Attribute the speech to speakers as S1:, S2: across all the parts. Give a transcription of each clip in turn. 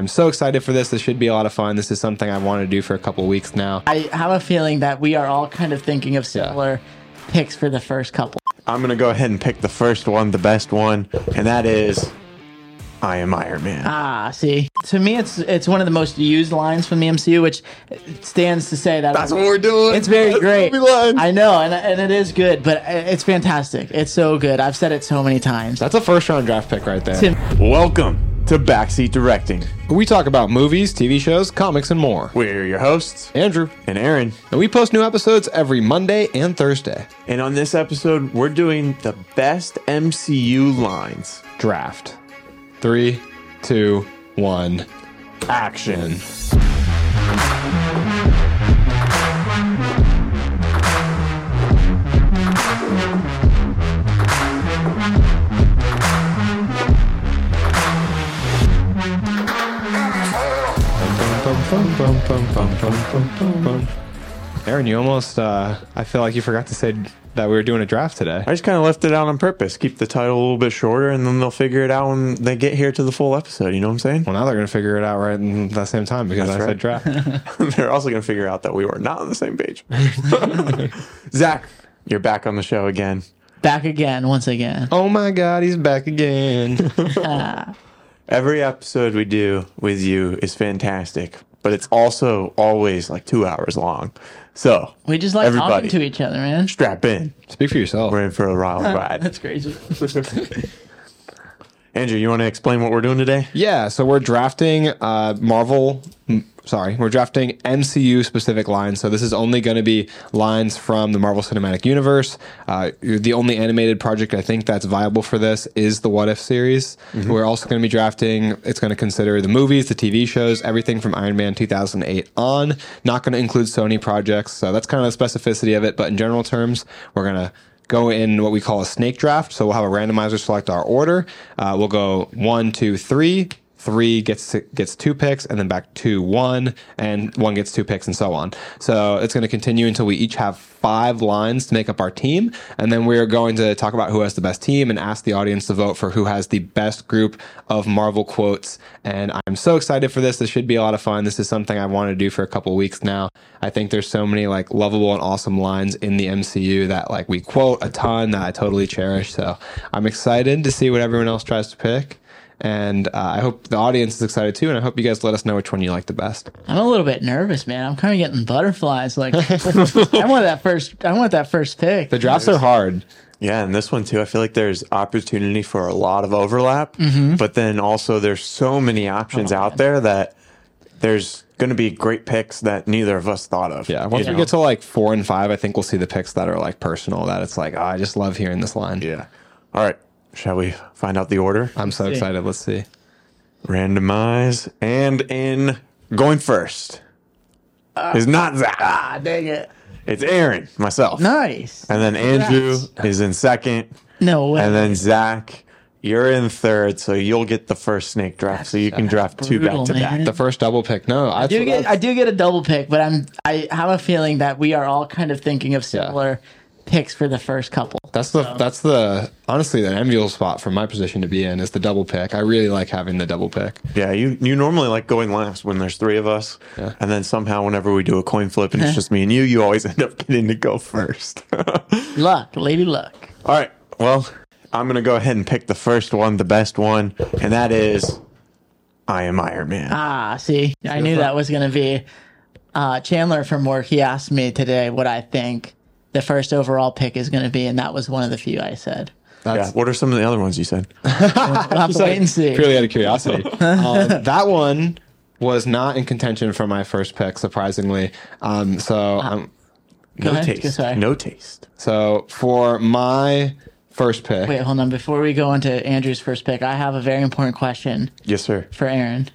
S1: I'm so excited for this. This should be a lot of fun. This is something I wanted to do for a couple weeks now.
S2: I have a feeling that we are all kind of thinking of similar picks for the first couple.
S3: I'm gonna go ahead and pick the first one, the best one, and that is I am Iron Man.
S2: Ah, see, to me, it's it's one of the most used lines from the MCU, which stands to say that
S3: That's what we're doing.
S2: It's very
S3: That's
S2: great.
S3: what we love.
S2: I know, and and it is good, but it's fantastic. It's so good. I've said it so many times.
S1: That's a first round draft pick right there.
S2: Tim-
S3: Welcome to Backseat Directing.
S1: We talk about movies, TV shows, comics, and more.
S3: We're your hosts
S1: Andrew.
S3: and Aaron,
S1: And we post new episodes every Monday and Thursday.
S3: and on this episode, we're doing the best MCU lines.
S1: Draft. Three, two, one.
S3: Action.
S1: Aaron, you almost, uh, I feel like you forgot to say that we were doing a draft today.
S3: I just kind of left it out on purpose. Keep the title a little bit shorter, and then they'll figure it out when they get here to the full episode. You know what I'm
S1: Well, now they're going to figure it out right at the same time because I
S3: That's
S1: said draft.
S3: saying? They're also going to figure out that we were not on the same page. Zach, you're back on the show again.
S2: Back again, once again.
S1: oh my God, he's back again.
S3: Every episode we do with you is fantastic, but it's also always like two hours long. So
S2: We just like
S3: Everybody.
S2: talking to each other, man.
S3: strap in.
S1: Speak for yourself.
S3: We're in for a wild ride.
S2: That's crazy.
S3: Andrew, you want to explain what we're doing today?
S1: Yeah, so we're drafting uh, Marvel. m- Sorry, we're drafting MCU specific lines. So this is only going to be lines from the Marvel Cinematic Universe. Uh, the only animated project I think that's viable for this is the What If series. We're also going to be drafting. It's going to consider the movies, the TV shows, everything from Iron Man 2008 on. Not going to include Sony projects. So that's kind of the specificity of it. But in general terms, we're going to go in what we call a snake draft. So we'll have a randomizer select our order. Uh, we'll go one, two, three. Three gets gets two picks, and then back to one, and one gets two picks, and so on. So it's going to continue until we each have five lines to make up our team, and then we are going to talk about who has the best team and ask the audience to vote for who has the best group of Marvel quotes. And I'm so excited for this. This should be a lot of fun. This is something I wanted to do for a couple weeks now. I think there's so many like lovable and awesome lines in the MCU that like we quote a ton that I totally cherish. So I'm excited to see what everyone else tries to pick. And uh, I hope the audience is excited too. And I hope you guys let us know which one you like the best.
S2: I'm a little bit nervous, man. I'm kind of getting butterflies. Like, I want that first. I want that first pick.
S1: The drafts are hard.
S3: Yeah, and this one too. I feel like there's opportunity for a lot of overlap, but then also there's so many options out there that there's going to be great picks that neither of us thought of.
S1: Yeah. Once
S3: you
S1: we
S3: know?
S1: get to like four and five, I think we'll see the picks that are like personal that it's like, oh, I just love hearing this line.
S3: yeah. All right. Shall we find out the order?
S1: I'm so excited. Let's see.
S3: Randomize and in going first is not Zach.
S2: Uh, Ah, dang it.
S3: It's Aaron, myself.
S2: Nice.
S3: And then Andrew is in second.
S2: No way.
S3: And then Zach, you're in third, so you'll get the first snake draft. So you can draft two back
S2: brutal,
S3: to back.
S2: man.
S1: The first double pick. No, I
S2: I do get I do get a double pick, but I'm I have a feeling that we are all kind of thinking of similar picks for the first couple.
S1: That's the that's the honestly the enviable spot for my position to be in is the double pick. I really like having the double pick.
S3: Yeah, you, you normally like going last when there's three of us. And then somehow, whenever we do a coin flip and it's just me and you, you always end up getting to go first. All
S2: Luck, lady luck.
S3: right. Well, I'm going to go ahead and pick the first one, the best one, and that is I am Iron Man.
S2: Ah, see, I knew that was gonna be uh, Chandler from work. He asked me today what I think the first overall pick is gonna be, and that was one of the few I said.
S3: yeah.
S1: That's
S3: What are some of the other ones you said?
S2: We'll have to wait and see.
S1: purely out of curiosity. Um, that one was not in contention for my first pick, surprisingly. Um, so
S2: Ah.
S1: um,
S2: Go
S3: no
S2: ahead.
S3: taste.
S2: Sorry.
S3: No taste.
S1: so for my first pick,
S2: Wait, hold on. Before we go into Andrew's first pick, I have a very important question
S3: Yes, sir.
S2: for Aaron.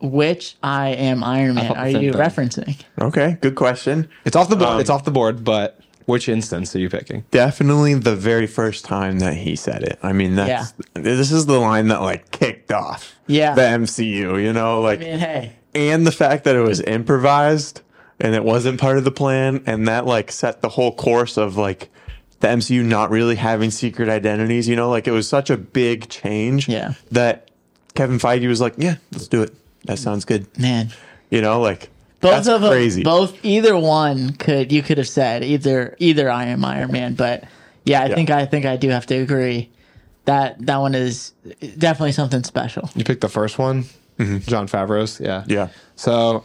S2: Which I am Iron Man
S1: thought the
S2: are
S1: same
S2: you
S1: thing.
S2: referencing?
S3: Okay. Good question.
S1: it's off the board. it's off the board, but which instance are you picking?
S3: Definitely the very first time that he said it. I mean, that's this is the line that like kicked off
S2: Yeah.
S3: the MCU, you know, like
S2: I mean, hey.
S3: and the fact that it was improvised and it wasn't part of the plan and that like set the whole course of like the MCU not really having secret identities, you know, like it was such a big change
S2: Yeah.
S3: that Kevin Feige was like, yeah, let's do it. That sounds good.
S2: man.
S3: You know, like
S2: Both
S3: that's
S2: of them,
S3: crazy.
S2: both either one could you could have said either either I am Iron Man, but yeah, I
S3: Yeah.
S2: think I think I do have to agree that that one is definitely something special.
S1: You picked the first one, John Favreau's. Yeah.
S3: Yeah.
S1: So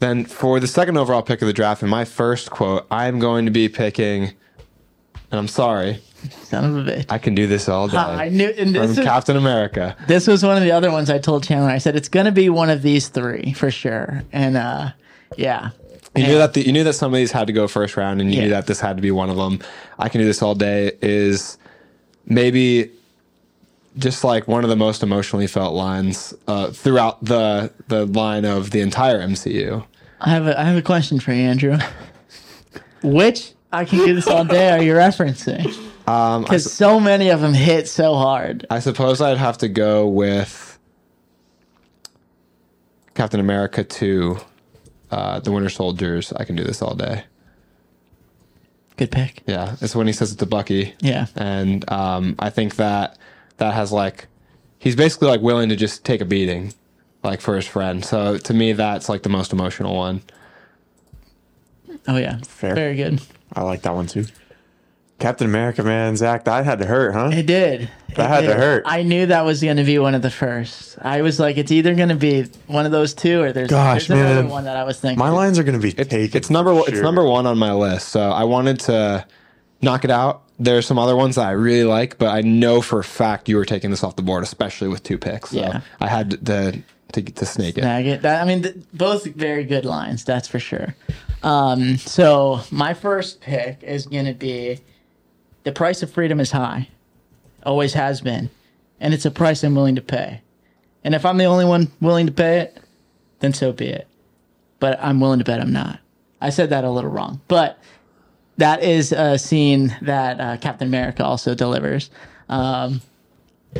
S1: then for the second overall pick of the draft, in my first quote, I'm going to be picking, and I'm sorry,
S2: Son of a bitch.
S1: I can do this all day.
S2: I knew, and
S1: from
S2: this is,
S1: Captain America.
S2: this was one of the other ones I told Chandler. I said it's going to be one of these three for sure, and uh, yeah,
S1: You knew
S2: And-
S1: that the, you knew that some of these had to go first round, and you knew
S2: Yeah.
S1: that this had to be one of them. I can do this all day is maybe just like one of the most emotionally felt lines uh, throughout the the line of the entire MCU.
S2: I have a I have a question for you, Andrew. Which I can do this all day. Are you referencing? Because so many of them hit so hard.
S1: I suppose I'd have to go with Captain America two, uh, the Winter Soldiers. I can do this all day.
S2: Good pick.
S1: Yeah, it's when he says it to Bucky.
S2: Yeah.
S1: and um, I think that that has like he's basically like willing to just take a beating, like for his friend. So to me, that's like the most emotional one.
S2: Oh yeah.
S3: Fair.
S2: Very good.
S3: I like that one too. Captain America, man, Zach, that had to hurt, huh?
S2: It did. It
S3: That had to
S2: did.
S3: hurt.
S2: I knew that was going to be one of the first. I was like, it's either going to be one of those two, or there's,
S3: Gosh,
S2: there's another
S3: man.
S2: one that I was thinking.
S3: My lines are going to be taken.
S1: It's number
S3: for
S1: one. It's
S3: sure.
S1: number one on my list. So I wanted to knock it out. There's some other ones that I really like, but I know for a fact you were taking this off the board, especially with two picks. So
S2: Yeah.
S1: I had to to, to snake it.
S2: Maggot. That, I mean, th- both very good lines, that's for sure. Um, so my first pick is going to be the price of freedom is high, always has been, and it's a price I'm willing to pay. And if I'm the only one willing to pay it, then so be it. But I'm willing to bet I'm not. I said that a little wrong, but that is a scene that uh, Captain America also delivers. Um,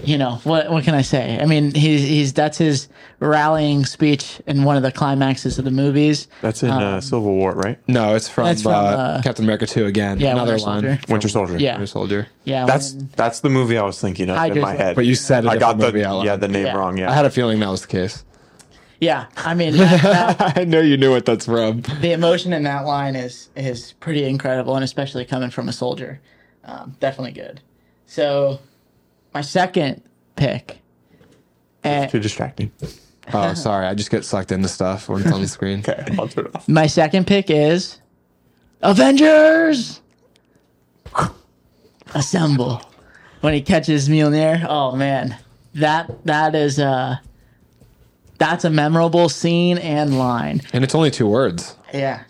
S2: you know what? What can I say? I mean, he's he's that's his rallying speech in one of the climaxes of the movies.
S3: That's in
S2: Um,
S3: uh, Civil War, right?
S1: No, it's from,
S2: That's from,
S1: uh,
S2: uh,
S1: Captain America two again.
S2: Yeah,
S1: another
S2: Winter
S1: line.
S2: Soldier.
S3: Winter Soldier.
S2: Yeah.
S1: Winter Soldier.
S2: Yeah,
S3: That's
S2: when-
S3: that's the movie I was thinking of in
S2: Hydra's
S3: my
S2: like-
S3: head.
S1: But you said it
S3: I got the yeah the name
S2: Yeah.
S3: wrong. Yeah,
S1: I had a feeling that was the case.
S2: yeah. I mean, that- that-
S1: I know you knew what that's from.
S2: the emotion in that line is is pretty incredible, and especially coming from a soldier, um, definitely good. So, my second pick, eh, and
S3: too distracting.
S1: Oh, sorry. I just get sucked into stuff when it's on the screen.
S3: Okay, I'll turn it off.
S2: my second pick is Avengers. Assemble when he catches Mjolnir. Oh man, that that is a that's a memorable scene and line.
S1: And it's only two words.
S2: Yeah.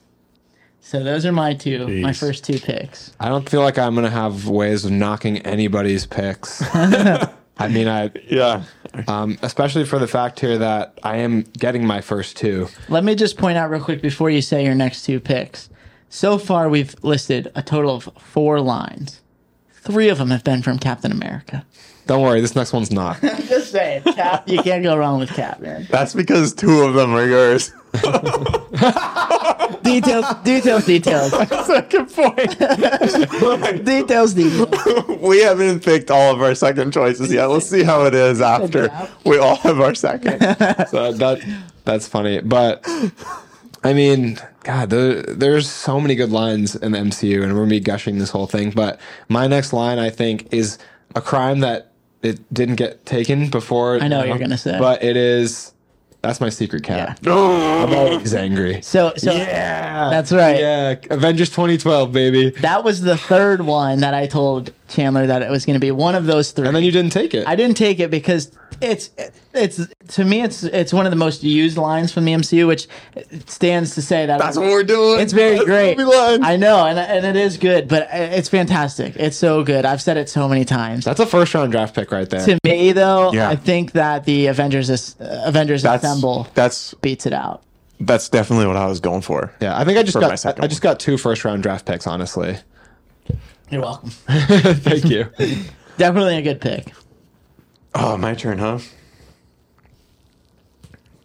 S2: So those are my two, my
S3: Jeez.
S2: first two picks.
S1: I don't feel like I'm going to have ways of knocking anybody's picks. I mean, I
S3: Yeah,
S1: um, especially for the fact here that I am getting my first two.
S2: Let me just point out real quick before you say your next two picks. So far, we've listed a total of four lines. Three of them have been from Captain America.
S1: Don't worry, this next one's not.
S2: I'm just saying, Cap. You can't go wrong with Cap, man.
S3: that's because two of them are yours.
S2: Details, details, details,
S3: Second point.
S2: details, details.
S3: we haven't picked all of our second choices yet. Let's see how it is after we all have our second.
S1: so that that's funny, but I mean, God, there, there's so many good lines in the MCU, and we're gonna be gushing this whole thing. But my next line, I think, is a crime that it didn't get taken before.
S2: I know what you're gonna say.
S1: but it is. That's my secret cat. I'm always angry.
S2: So, so
S1: Yeah,
S2: That's right.
S1: Yeah, Avengers 2012, baby.
S2: that was the third one that I told Chandler that it was going to be one of those three.
S1: And then you didn't take it.
S2: I didn't take it because it's it's to me it's it's one of the most used lines from the MCU, which stands to say that
S3: That's what we're doing.
S2: It's very
S3: That's
S2: great.
S3: what we learned.
S2: I know, and and it is good, but it's fantastic. It's so good. I've said it so many times.
S1: that's a first round draft pick right there.
S2: to me, though,
S3: Yeah.
S2: I think that the Avengers is, uh, Avengers Assemble
S3: that's
S2: beats it out.
S3: that's definitely what I was going for.
S1: yeah, I think I just
S3: my
S1: got
S3: second
S1: I, I just got two first round draft picks. Honestly,
S2: You're welcome.
S1: thank you.
S2: Definitely a good pick.
S3: Oh, my turn, huh?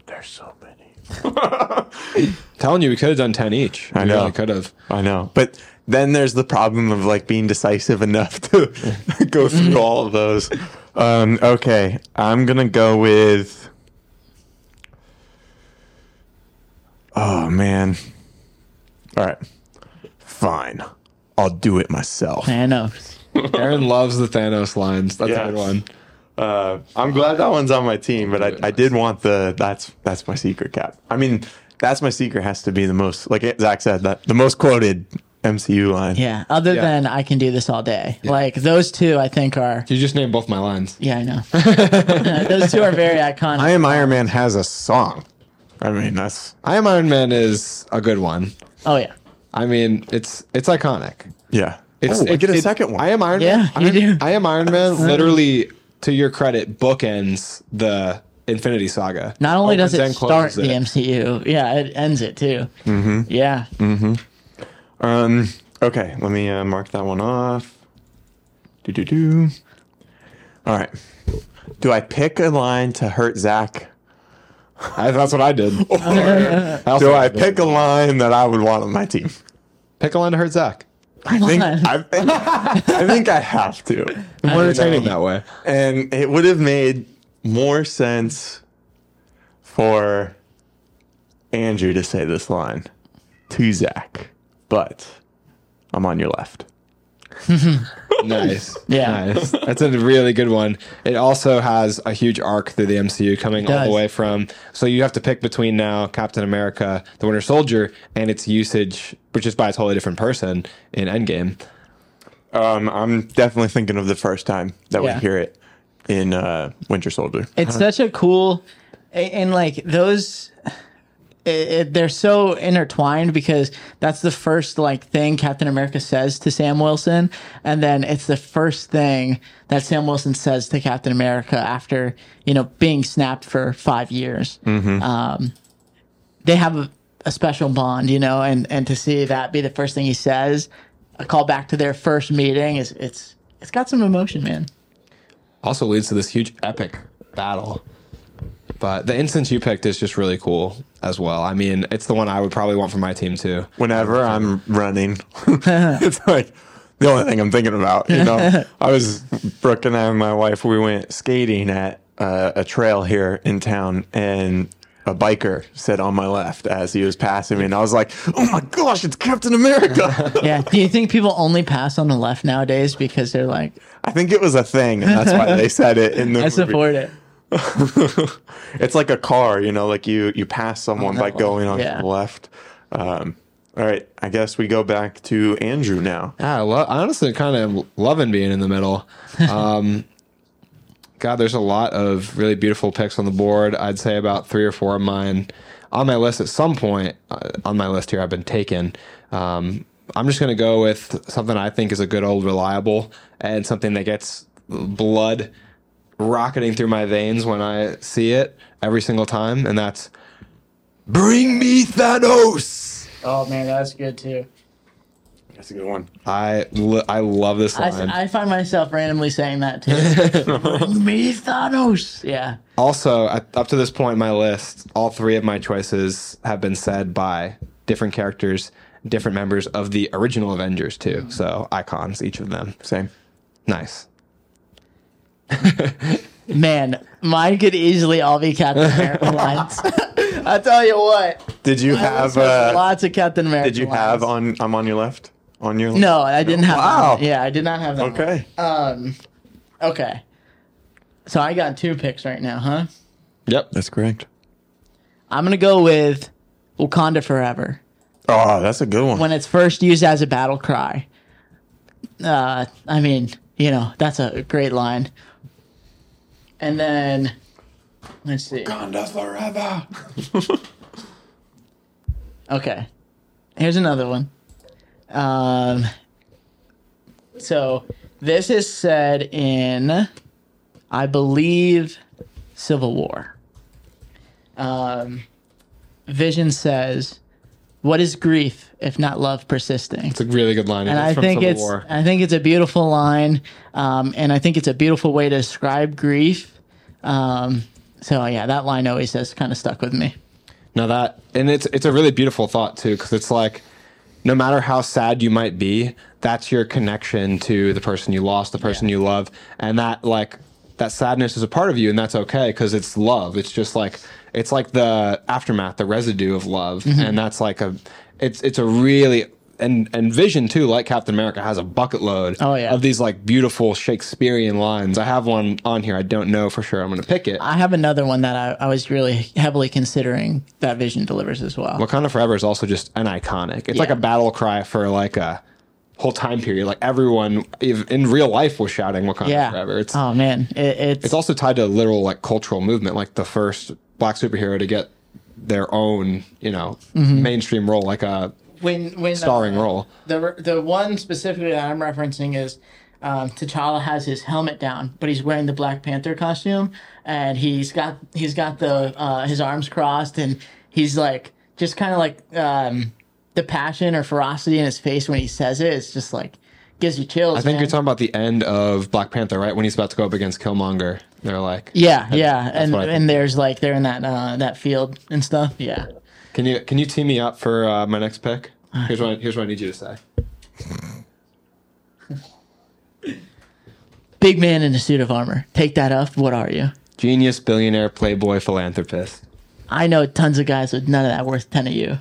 S3: There's so many.
S1: telling you, we could have done ten each.
S3: I
S1: we
S3: know.
S1: really could have.
S3: I know. But then there's the problem of like being decisive enough to go through all of those. Um, okay, I'm gonna go with. Oh man! All right, fine. I'll do it myself.
S2: I know.
S1: Aaron loves the Thanos lines. That's a
S3: Yes.
S1: good one.
S3: Uh, I'm glad that one's on my team, but I, I did want the that's that's my secret cap. I mean, that's my secret has to be the most like Zach said that the most quoted MCU line.
S2: Yeah. Other
S1: Yeah.
S2: than I can do this all day. Like those two, I think are.
S1: You just named both my lines.
S2: Yeah, I know. those two are very iconic.
S3: I am Iron Man has a song. I mean, that's
S1: I am Iron Man is a good one.
S2: oh yeah.
S1: I mean, it's it's iconic.
S3: yeah.
S1: It's,
S3: oh, we
S1: it-
S3: get a
S1: it-
S3: second one.
S1: I am Iron
S2: Yeah,
S1: Man.
S2: you
S1: Iron-
S2: do.
S1: I am Iron Man. Literally, to your credit, bookends the Infinity Saga.
S2: Not only does it
S1: Opens and
S2: start
S1: closes
S2: the
S1: it.
S2: MCU, yeah, it ends it too. Mm-hmm. Yeah.
S3: Um. Okay, let me uh, mark that one off. Do do do. All right. Do I pick a line to hurt Zach?
S1: I, that's what I did.
S3: Do I pick a line that I would want on my team?
S1: pick a line to hurt Zach?
S3: I think I think, I think I have to.
S1: More entertaining that way.
S3: And it would have made more sense for Andrew to say this line to Zach, but I'm on your left.
S1: Nice.
S2: Yeah.
S1: Nice. That's a really good one. It also has a huge arc through the MCU coming all the
S2: does.
S1: way from. So you have to pick between now Captain America, the Winter Soldier, and its usage, which is by a totally different person in Endgame.
S3: Um, I'm definitely thinking of the first time that
S2: Yeah.
S3: we hear it in uh, Winter Soldier.
S2: It's such a cool, a- and like those, it, it, they're so intertwined because that's the first like thing Captain America says to Sam Wilson, and then it's the first thing that Sam Wilson says to Captain America after you know being snapped for five years. Um, they have a, a special bond, you know, and and to see that be the first thing he says, a call back to their first meeting is it's it's got some emotion, man.
S1: Also leads to this huge epic battle. But the instance you picked is just really cool as well. I mean, it's the one I would probably want for my team too.
S3: Whenever I'm running, it's like the only thing I'm thinking about. You know, I was Brooke and I and my wife. We went skating at uh, a trail here in town, and a biker said on my left as he was passing me, and I was like, "Oh my gosh, it's Captain America!"
S2: Yeah. Do you think people only pass on the left nowadays because they're like,
S3: I think it was a thing, and that's why they said it in the
S2: I
S3: movie.
S2: support it?
S3: it's like a car, you know, like you you pass someone
S2: that
S3: by
S2: one.
S3: going on
S2: Yeah.
S3: the left. Um, all right, I guess we go back to Andrew now.
S1: Yeah, I lo- I honestly kind of loving being in the middle. Um, God, there's a lot of really beautiful picks on the board. I'd say about three or four of mine on my list at some point uh, on my list here. I've been taken. Um, I'm just going to go with something I think is a good old reliable and something that gets blood rocketing through my veins when I see it every single time, and that's "Bring me Thanos."
S2: Oh man, that's good too.
S3: That's a good one.
S1: I lo- I love this
S2: I,
S1: line.
S2: I find myself randomly saying that too. Me Thanos. Yeah.
S1: Also, at, up to this point in my list, all three of my choices have been said by different characters, different members of the original Avengers, too. So icons, each of them.
S3: Same.
S1: Nice.
S2: Man, mine could easily all be Captain America lines. I tell you what,
S3: Did you have?
S2: there's
S3: Uh,
S2: lots of Captain America.
S3: did you have
S2: lines.
S3: on? I'm on your left. On your left?
S2: No, I didn't have.
S3: Wow.
S2: That. Yeah, I did not have that. one. Um,
S3: Okay.
S2: Okay. So I got two picks right now, huh?
S1: Yep.
S3: that's correct.
S2: I'm gonna go with Wakanda Forever.
S3: Oh, that's a good one.
S2: when it's first used as a battle cry. Uh, I mean, you know, that's a great line. And then, let's see.
S3: Wakanda forever.
S2: Okay, here's another one. Um, so this is said in, I believe, Civil War. Um, Vision says, "What is grief if not love persisting?"
S1: It's a really good line.
S2: and I think it's I think it's a beautiful line, um, and I think it's a beautiful way to describe grief. Um, so yeah, that line always has kind of stuck with me.
S1: Now that, and it's it's a really beautiful thought too, because it's like, no matter how sad you might be, that's your connection to the person you lost, the person you love, and that like that sadness is a part of you, and that's okay because it's love. It's just like it's like the aftermath, the residue of love,
S2: Mm-hmm.
S1: and that's like a it's it's a really and and Vision too, like Captain America, has a bucket load
S2: Oh, yeah.
S1: of these like beautiful Shakespearean lines. I have one on here. I don't know for sure. I'm gonna pick it.
S2: I have another one that I, I was really heavily considering that Vision delivers as well.
S1: Wakanda Forever is also just an iconic. It's like
S2: Yeah.
S1: a battle cry for like a whole time period. Like everyone if- in real life was shouting Wakanda
S2: yeah.
S1: Forever. It's
S2: oh man, it, it's,
S1: it's also tied to a literal like cultural movement, like the first black superhero to get their own, you know,
S2: Mm-hmm.
S1: mainstream role, like a
S2: when when
S1: starring role.
S2: The the one specifically that I'm referencing is um, T'Challa has his helmet down, but he's wearing the Black Panther costume, and he's got he's got the uh, his arms crossed, and he's like just kind of like um, the passion or ferocity in his face when he says it. It's just like gives you chills.
S1: I think
S2: man.
S1: you're talking about the end of Black Panther, right? When he's about to go up against Killmonger. They're like,
S2: Yeah, yeah, and
S1: what I think.
S2: and there's like they're in that uh, that field and stuff. Yeah.
S1: "Can you can you team me up for uh, my next pick? Here's what I, here's what I need you to say."
S2: Big man in a suit of armor. Take that up. What are you?
S1: Genius, billionaire, playboy, philanthropist.
S2: I know tons of guys with none of that worth 10 of you.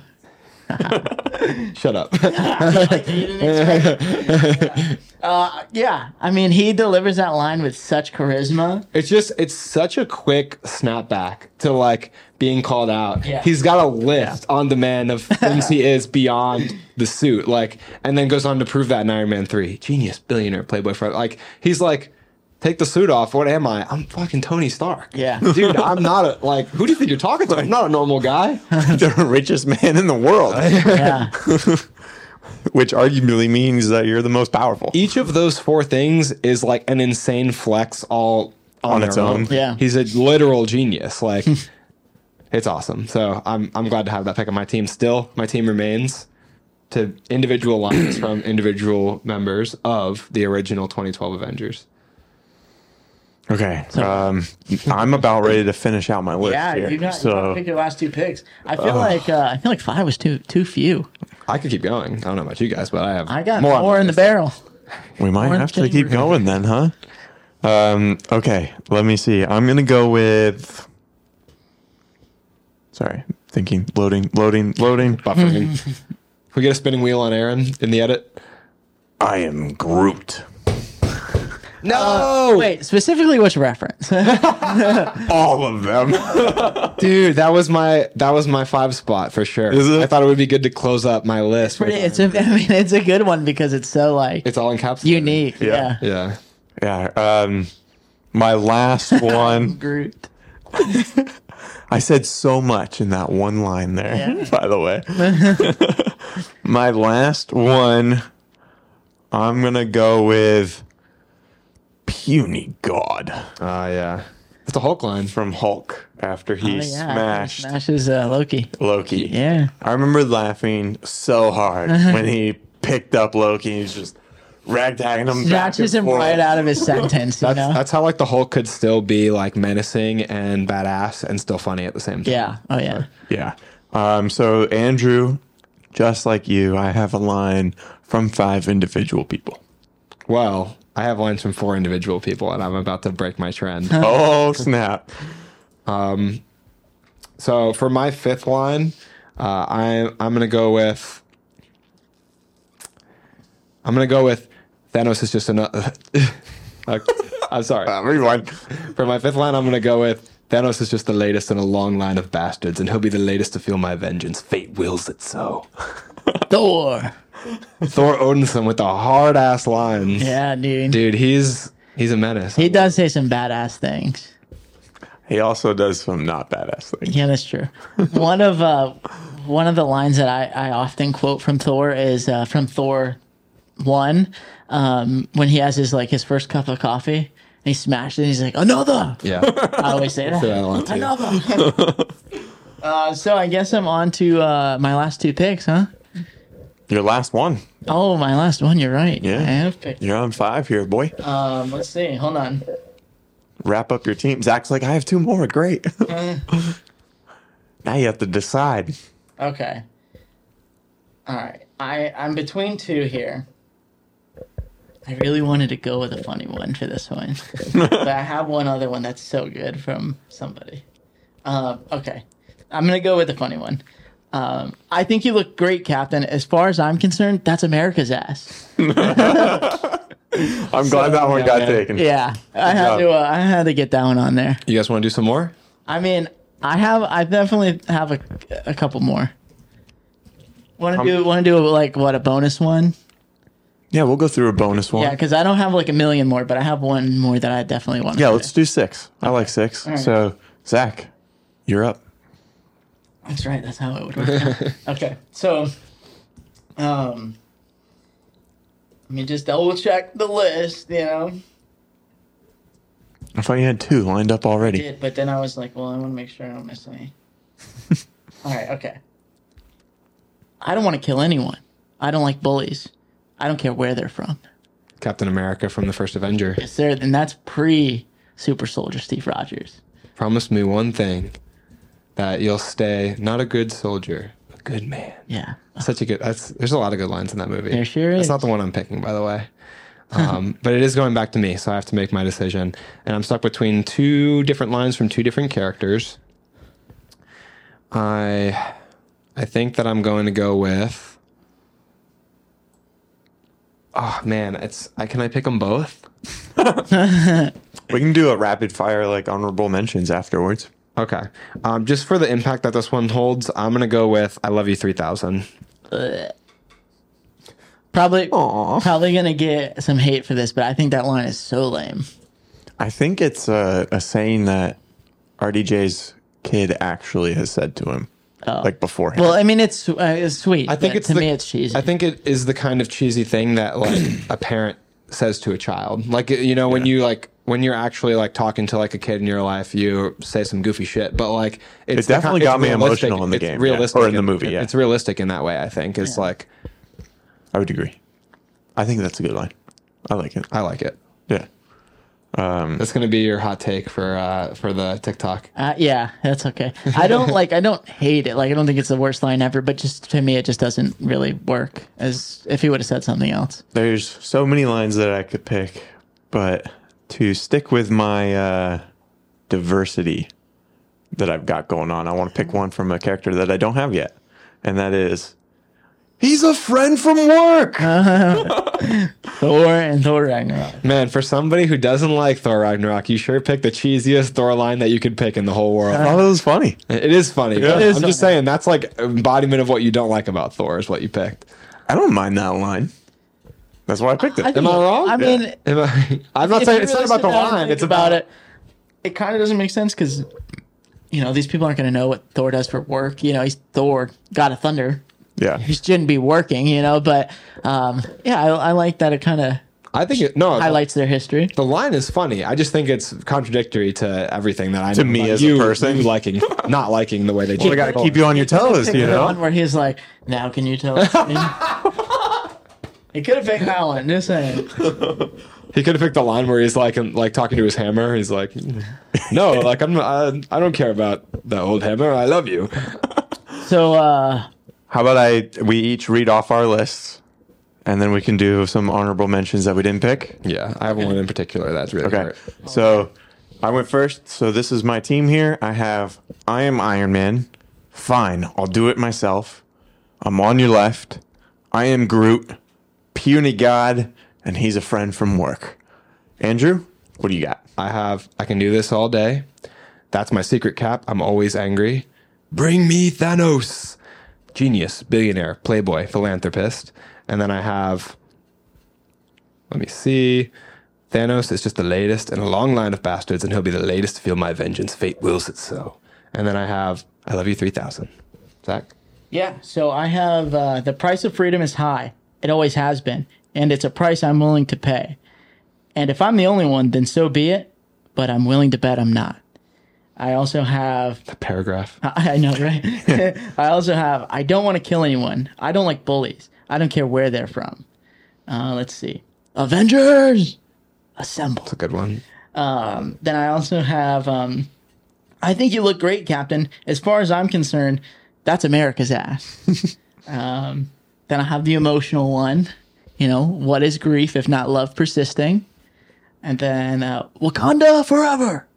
S1: Shut up.
S2: Uh, yeah, I mean, he delivers that line with such charisma.
S1: It's just it's such a quick snapback to like being called out.
S2: Yeah.
S1: He's got a list on demand of things he is beyond the suit, like, and then goes on to prove that in Iron Man three. Genius, billionaire, playboy, friend. Like he's like, take the suit off. What am I? I'm fucking Tony Stark.
S2: Yeah.
S1: dude, I'm not a like. Who do you think you're talking to? I'm not a normal guy.
S3: the richest man in the world,
S2: Yeah,
S3: which arguably means that you're the most powerful.
S1: Each of those four things is like an insane flex all on,
S3: On
S1: their
S3: its own.
S2: Yeah.
S1: he's a literal genius. Like, it's awesome. So I'm I'm glad to have that pick on my team. Still, my team remains to individual lines from individual members of the original 2012 Avengers.
S3: Okay, um, I'm about ready to finish out my list
S2: yeah,
S3: here.
S2: you got, you got to
S3: so
S2: pick your last two picks. I feel like uh, I feel like five was too too few.
S1: I could keep going. I don't know about you guys, but I have
S2: I got
S1: more
S2: more,
S1: on
S2: in
S1: my list.
S2: the barrel.
S3: we might
S2: Orange
S3: have to
S2: chamber.
S3: keep going then, huh? Um, okay, let me see. I'm gonna go with. Sorry, thinking, loading, loading, loading.
S1: Buffering. we get a spinning wheel on Aaron in the edit.
S3: I am Groot.
S1: No. Uh,
S2: Wait, specifically which reference?
S3: All of them.
S1: Dude, that was my that was my five spot for sure.
S3: Is it?
S1: I thought it would be good to close up my list. with-
S2: it's a, I mean, it's a good one because it's so like
S1: it's all encapsulated.
S2: unique. Yeah.
S3: Yeah.
S1: Yeah.
S3: yeah. Um, my last one.
S2: Groot.
S3: I said so much in that one line there,
S2: Yeah.
S3: by the way. My last one, I'm going to go with Puny God
S1: Ah, yeah. It's a Hulk line.
S3: from Hulk after he
S2: Oh, yeah,
S3: smashed
S2: Smashes uh, Loki.
S3: Loki.
S2: Yeah.
S3: I remember laughing so hard when he picked up Loki and he's just ragtagging him. back
S2: Snatches him
S3: and forth.
S2: right out of his sentence, you know?
S1: That's how like the Hulk could still be like menacing and badass and still funny at the same time.
S2: Yeah. Oh, yeah.
S3: Yeah. Um, so, Andrew, just like you, I have a line from five individual people.
S1: Well, I have lines from four individual people, and I'm about to break my trend.
S3: Oh, snap.
S1: so for my fifth line, uh, I I'm gonna go with I'm gonna go with Thanos is just another. I'm sorry.
S3: Uh, rewind.
S1: For my fifth line, I'm going to go with Thanos is just the latest in a long line of bastards, and he'll be the latest to feel my vengeance. Fate wills it so.
S2: Thor.
S1: Thor Odinson with the hard ass lines.
S2: Yeah, dude.
S1: Dude, he's he's a menace.
S2: He does say some badass things.
S3: He also does some not badass things.
S2: Yeah, that's true. one of uh, one of the lines that I, I often quote from Thor is uh, from Thor one um, when he has his like his first cup of coffee and he smashes it. And he's like another.
S1: yeah.
S2: I always say
S1: Put
S2: that.
S1: that on, too.
S2: Another. uh, so I guess I'm on to uh, my last two picks, huh?
S3: Your last one.
S2: Oh, my last one. You're right.
S3: Yeah.
S2: I have picked.
S3: You're on five here, boy.
S2: Um, let's see. Hold on.
S3: Wrap up your team. Zach's like, I have two more. Great.
S2: Eh.
S3: now you have to decide.
S2: Okay. All right. I I'm between two here. I really wanted to go with a funny one for this one, but I have one other one that's so good from somebody. Um, okay, I'm gonna go with the funny one. Um, I think you look great, Captain. As far as I'm concerned, that's America's ass.
S3: I'm glad that one got taken.
S2: Yeah, I had
S3: job.
S2: to. Uh, I had to get that one on there.
S1: You guys want to do some more?
S2: I mean, I have. I definitely have a, a couple more. Want to do? Want to do like what a bonus one?
S3: Yeah, we'll go through a bonus one.
S2: Yeah,
S3: Yeah,
S2: because I don't have like a million more, but I have one more that I definitely want.
S3: let's do six. I like six. So, Zach, you're up.
S2: That's right. That's how it would work. out. okay, so, um, let me just double check the list. You know,
S3: I thought you had two lined up already.
S2: did but then I was like, well, I want to make sure I don't miss any. All right. Okay. I don't want to kill anyone. I don't like bullies. I don't care where they're from.
S1: Captain America from the first Avenger.
S2: Yes, sir. And that's pre Super Soldier Steve Rogers.
S1: Promise me one thing that you'll stay not a good soldier, a good man.
S2: Yeah.
S1: Such a good. That's there's a lot of good lines in that movie.
S2: There sure
S1: That's
S2: is.
S1: not the one I'm picking, by the way. Um, but it is going back to me, so I have to make my decision, and I'm stuck between two different lines from two different characters. I, I think that I'm going to go with. Oh man, it's. I, can I pick them both?
S3: We can do a rapid fire like honorable mentions afterwards.
S1: Okay. Um, just for the impact that this one holds, I'm gonna go with "I Love You 3000."
S2: Probably
S3: Aw.
S2: probably gonna get some hate for this, but I think that line is so lame.
S3: I think it's a, a saying that RDJ's kid actually has said to him, like beforehand.
S2: Well, I mean, it's uh, it's sweet.
S1: I think
S2: but
S1: it's
S2: to
S1: the,
S2: me it's cheesy.
S1: I think it is the kind of cheesy thing that like a parent says to a child. Like you know when you like when you're actually like talking to like a kid in your life, you say some goofy shit. But like it's
S3: It
S1: the
S3: definitely
S1: kind-
S3: got me
S1: realistic-
S3: emotional in the
S1: it's
S3: game, yeah.
S1: realistic
S3: Or in the
S1: and-
S3: movie, yeah.
S1: it's realistic in that way. I think it's like
S3: I would agree. I think that's a good line. I like it.
S1: I like it.
S3: Yeah.
S1: That's gonna be your hot take for uh, for the TikTok.
S2: Uh, yeah, that's okay. I don't like. I don't hate it. Like I don't think it's the worst line ever. But just to me, it just doesn't really work. As if he would have said something else.
S3: There's so many lines that I could pick, but to stick with my uh, diversity that I've got going on, I want to pick one from a character that I don't have yet, and that is he's a friend from work.
S2: Thor and Thor Ragnarok.
S1: Man, for somebody who doesn't like Thor Ragnarok, you sure picked the cheesiest Thor line that you could pick in the whole world.
S3: I thought it was funny.
S1: It is funny. but
S3: It
S1: I'm
S2: is
S1: just saying that's like embodiment of what you don't like about Thor is what you picked.
S3: I don't mind that line. That's why I picked it.
S1: Am I wrong?
S2: I mean,
S1: Am I, am not
S2: if
S1: saying
S2: you
S1: it's not
S2: really
S1: about the
S2: sit down and
S1: line.
S2: think
S1: It's about,
S2: it. It kind of doesn't make sense because, you know, these people aren't going to know what Thor does for work. You know, he's Thor, God of Thunder.
S3: yeah.
S2: He shouldn't be working, you know. But um, yeah, I, I like that it kind of
S1: I think it, no.
S2: highlights their history.
S1: the line is funny. I just think it's contradictory to everything that I know
S3: me
S1: about
S3: as a
S1: you,
S3: person.
S1: you liking not liking the way they.
S3: Well, I gotta keep you on your toes, you
S2: The one
S3: know.
S2: where he's like, "Now can you tell?" It could have picked that one. Just saying.
S1: He could have picked the line where he's like, and, like talking to his hammer. He's like, "No, like I'm, I, I don't care about the old hammer. I love you."
S2: So uh,
S3: How about I? We each read off our lists, and then we can do some honorable mentions that we didn't pick.
S1: Yeah, I have one in particular that's really
S3: Okay.
S1: hurt.
S3: So I went first. So this is my team here. I have I am Iron Man. Fine, I'll do it myself. I'm on your left. I am Groot, puny god, and he's a friend from work. Andrew, what do you got?
S1: I have I can do this all day. That's my secret cap. I'm always angry. Bring me Thanos. Genius, billionaire, playboy, philanthropist. And then I have let me see. Thanos is just the latest in a long line of bastards, and he'll be the latest to feel my vengeance. Fate wills it so. And then I have I love you three thousand. Zach?
S2: yeah. So I have uh, the price of freedom is high. It always has been, and it's a price I'm willing to pay. And if I'm the only one, then so be it. But I'm willing to bet I'm not. I also have
S1: The paragraph.
S2: I know, right? I also have. I don't want to kill anyone. I don't like bullies. I don't care where they're from. Uh, let's see. Avengers, assemble.
S1: That's a good one.
S2: Then I also have. Um, I think you look great, Captain. As far as I'm concerned, that's America's ass. um, then I have the emotional one. you know, what is grief if not love persisting? And then uh, Wakanda forever.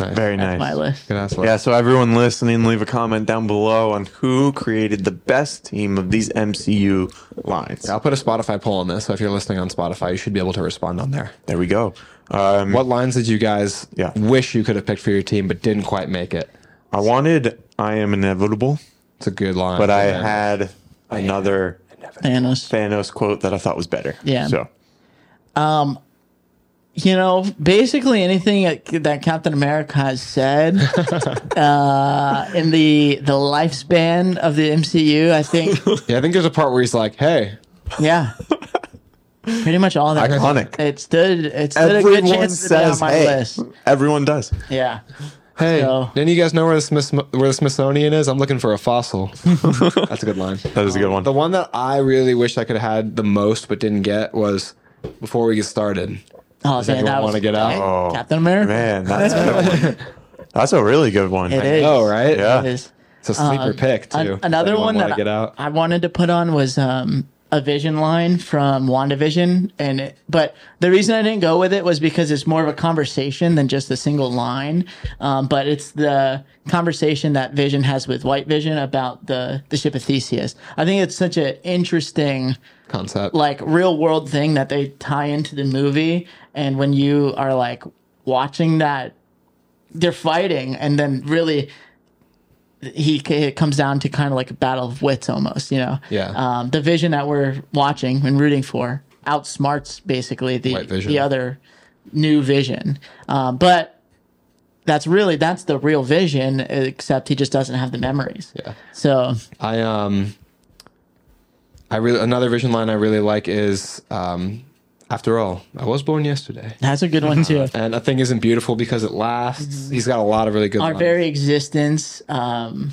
S1: Nice.
S3: Very
S2: That's
S3: nice.
S2: my list.
S1: Good ass list.
S3: Yeah, so everyone listening, leave a comment down below on who created the best team of these MCU lines.
S1: I'll put a Spotify poll on this. So if you're listening on Spotify, you should be able to respond on there.
S3: There we go. Um,
S1: What lines did you guys
S3: Yeah.
S1: wish you could have picked for your team but didn't quite make it?
S3: I wanted I Am Inevitable,
S1: It's a good line.
S3: but I
S1: Yeah.
S3: had another
S2: Thanos.
S3: Thanos quote that I thought was better.
S2: Yeah.
S3: So
S2: you know, basically anything that- that Captain America has said uh, in the the lifespan of the MCU, I think,
S1: Yeah, I think there's a part where he's like, "Hey,
S2: yeah, pretty much all that.
S3: iconic.
S2: It stood. It stood a good
S3: Everyone
S2: chance to be
S3: says,
S2: on my
S3: hey,
S2: list.
S3: everyone does.
S2: Yeah,
S1: hey,
S2: So-
S1: didn't you guys know where the, Smith- where the Smithsonian is? I'm looking for a fossil." That's a good line.
S3: That is a good one.
S1: The one that I really wish I could have had the most but didn't get was before we get started.
S2: oh man,
S1: everyone
S2: that was
S1: wanna get out?
S3: Oh.
S2: Captain America.
S3: Man, that's a good one. That's a really good one.
S2: It is.
S1: Oh, right?
S3: Yeah.
S2: It is.
S1: It's a sleeper
S2: Um,
S1: pick
S2: An-
S1: too. Does
S2: another
S1: anyone
S2: one
S1: wanna
S2: that
S1: get out.
S2: I wanted to put on was um, a vision line from WandaVision, and it, but the reason I didn't go with it was because it's more of a conversation than just a single line. Um, but it's the conversation that Vision has with White Vision about the the ship of Theseus. I think it's such an interesting
S1: Concept.
S2: like real world thing that they tie into the movie and when you are like watching that they're fighting and then really he it comes down to kind of like a battle of wits almost you know
S1: Yeah.
S2: um, the vision that we're watching and rooting for outsmarts basically the
S1: White Vision.
S2: the other new vision um, but that's really that's the real vision except he just doesn't have the memories
S1: Yeah.
S2: so
S1: I um I really another vision line I really like is um after all, I was born yesterday.
S2: that's a good one too
S1: And a thing isn't beautiful because it lasts. He's got a lot of really good
S2: Mm-hmm. our
S1: lines.
S2: very existence um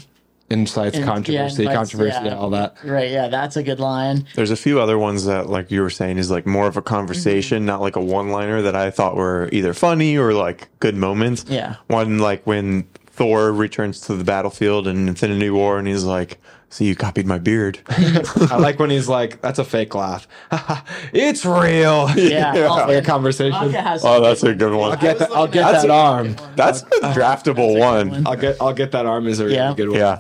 S1: insights,
S2: And- yeah,
S1: controversy,
S2: invites-
S1: controversy,
S2: yeah.
S1: all that.
S2: Right. Yeah, that's a good line.
S3: There's a few other ones that, like you were saying, is like more of a
S2: Mm-hmm.
S3: conversation, not like a one-liner that I thought were either funny or like good moments.
S2: Yeah.
S3: One like when Thor returns to the battlefield in Infinity War, and he's like, "See, you copied my beard."
S1: I like when he's like, "That's a fake laugh. it's real."
S2: Yeah.
S1: Like a conversation.
S2: Vodka has-
S3: oh, that's a good one.
S1: Get that, I'll get
S3: That's
S1: that
S3: a-
S1: arm.
S3: That's a
S2: Uh,
S3: draftable one.
S2: one.
S1: I'll get I'll get that arm is a really
S2: Yeah.
S1: good one.
S3: Yeah.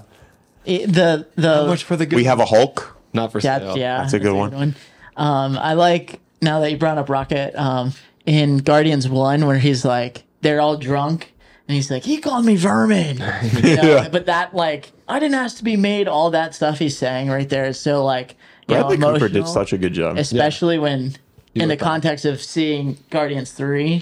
S2: It- Eh, the the
S1: How much for the good?
S3: We have a Hulk.
S1: not for
S2: that-
S1: sale.
S2: yeah,
S3: That's a good one.
S2: Um, I like now that you brought up Rocket. Um, in Guardians One, where he's like, they're all drunk, and he's like, he called me vermin. You know,
S3: Yeah.
S2: But that like, I didn't ask to be made. All that stuff he's saying right there is so like, you know,
S3: Bradley
S2: emotional.
S3: Cooper did such a good job.
S2: especially when. in
S1: were
S2: the
S1: fine.
S2: context of seeing Guardians 3,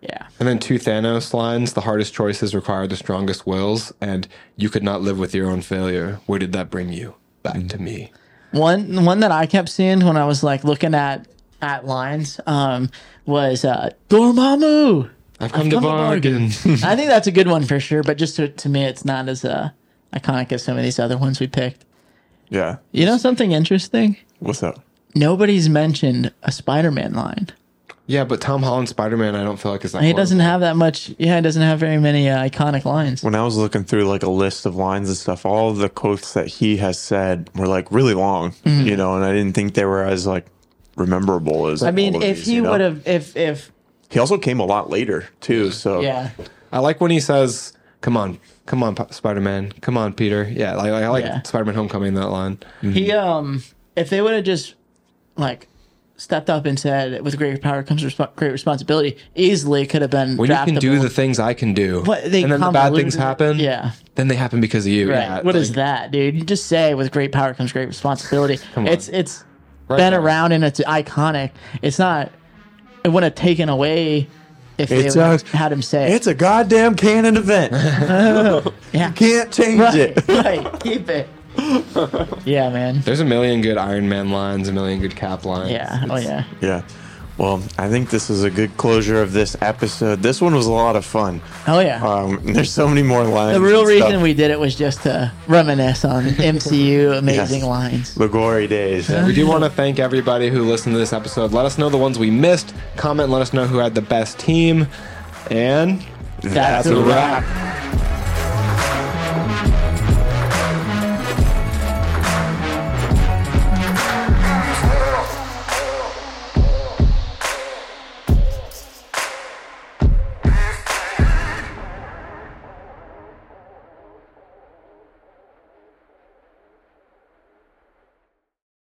S2: yeah.
S1: And then two Thanos lines: "The hardest choices require the strongest wills, and you could not live with your own failure. Where did that bring you? Back to me."
S2: One one that I kept seeing when I was like looking at at lines um, was uh, Dormammu.
S1: I've come, to
S2: come to
S1: bargain.
S2: bargain. I think that's a good one for sure, but just to, to me, it's not as uh, iconic as some of these other ones we picked.
S3: Yeah.
S2: You know something interesting?
S3: What's up?
S2: Nobody's mentioned a Spider-Man line.
S1: yeah, but Tom Holland Spider-Man, I don't feel like it's that.
S2: He
S1: horrible.
S2: doesn't have that much. Yeah, he doesn't have very many uh, iconic lines.
S3: when I was looking through like a list of lines and stuff, all the quotes that he has said were like really long,
S2: Mm-hmm.
S3: you know, and I didn't think they were as like rememberable as.
S2: I mean,
S3: all of
S2: if
S3: these,
S2: he
S3: you know?
S2: would have, if if
S3: he also came a lot later too. So
S2: yeah,
S1: I like when he says, "Come on, come on, P- Spider-Man, come on, Peter." Yeah, like, I like
S2: Yeah.
S1: Spider-Man: Homecoming that line.
S2: He
S1: Mm-hmm.
S2: um, if they would have just like stepped up and said, "With great power comes resp- great responsibility," easily could have been.
S1: When you can do
S2: draftable.
S1: the things I can do,
S2: But they
S1: and then the bad things
S2: convoluted it.
S1: happen,
S2: Yeah.
S1: then they happen because of you.
S2: Right.
S1: Yeah,
S2: what is
S1: like,
S2: that, dude? You just say with great power comes great responsibility.
S1: on.
S2: It's it's
S1: Right
S2: been
S1: there.
S2: around and it's iconic. It's not. It wouldn't have taken away if they
S3: It's
S2: would
S3: us.
S2: had him say. it.
S3: it's a goddamn canon event.
S2: yeah.
S3: Can't change it.
S2: right, right. Keep it. yeah, man.
S1: There's a million good Iron Man lines, a million good Cap lines.
S2: Yeah. Oh yeah.
S3: Yeah. Well, I think this is a good closure of this episode. This one was a lot of fun.
S2: Oh yeah.
S3: Um, there's so many more lines.
S2: the real
S3: and
S2: reason
S3: stuff.
S2: we did it was just to reminisce on MCU amazing
S3: Yes.
S2: lines.
S3: the glory days.
S1: We do want to thank everybody who listened to this episode. Let us know the ones we missed. Comment, let us know who had the best team. And
S2: That's,
S3: That's a wrap.